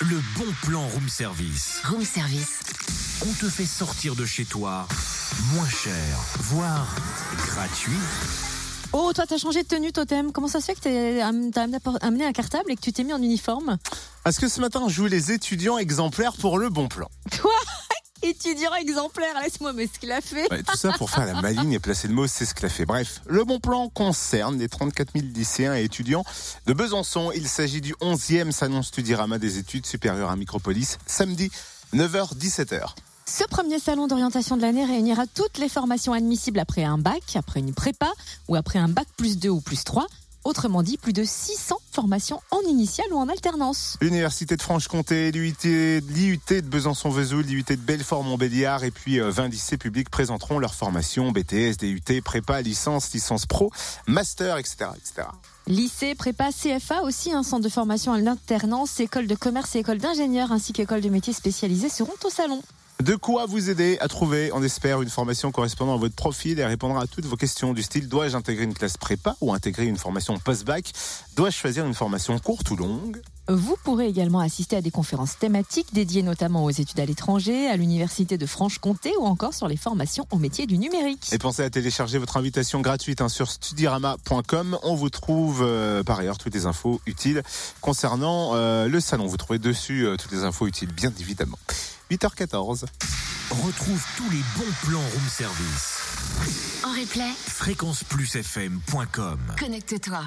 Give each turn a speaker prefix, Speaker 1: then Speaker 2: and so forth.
Speaker 1: Le bon plan room service.
Speaker 2: Room service.
Speaker 1: On te fait sortir de chez toi moins cher, voire gratuit.
Speaker 3: Oh, toi, t'as changé de tenue, Totem. Comment ça se fait que t'es am- t'as amené amené un cartable et que tu t'es mis en uniforme
Speaker 4: Parce que ce matin, je joue les étudiants exemplaires pour le bon plan.
Speaker 3: Toi, étudiant exemplaire, laisse-moi m'esclaffer.
Speaker 4: Ouais, tout ça pour faire la maligne et placer le mot c'est ce qu'elle a fait. Bref, le bon plan concerne les 34 000 lycéens et étudiants de Besançon. Il s'agit du 11e Salon Studirama des études supérieures à Micropolis, samedi 9h-17h.
Speaker 3: Ce premier salon d'orientation de l'année réunira toutes les formations admissibles après un bac, après une prépa ou après un bac plus 2 ou plus 3. Autrement dit, plus de 600 formations en initiale ou en alternance.
Speaker 4: L'Université de Franche-Comté, l'UIT, l'IUT de Besançon-Vesoul, l'IUT de Belfort-Montbéliard et puis euh, 20 lycées publics présenteront leurs formations BTS, DUT, prépa, licence, licence pro, master, etc. etc.
Speaker 3: Lycée, prépa, CFA aussi, un centre de formation en alternance, école de commerce et école d'ingénieurs ainsi qu'école de métiers spécialisés seront au salon.
Speaker 4: De quoi vous aider à trouver, on espère, une formation correspondant à votre profil et à répondre à toutes vos questions du style dois-je intégrer une classe prépa ou intégrer une formation post-bac Dois-je choisir une formation courte ou longue
Speaker 3: Vous pourrez également assister à des conférences thématiques dédiées notamment aux études à l'étranger, à l'université de Franche-Comté ou encore sur les formations au métier du numérique.
Speaker 4: Et pensez à télécharger votre invitation gratuite hein, sur studirama.com. On vous trouve euh, par ailleurs toutes les infos utiles concernant euh, le salon. Vous trouvez dessus euh, toutes les infos utiles, bien évidemment. 8h14.
Speaker 1: Retrouve tous les bons plans room service.
Speaker 2: En replay,
Speaker 1: fréquenceplusfm.com
Speaker 2: connecte-toi.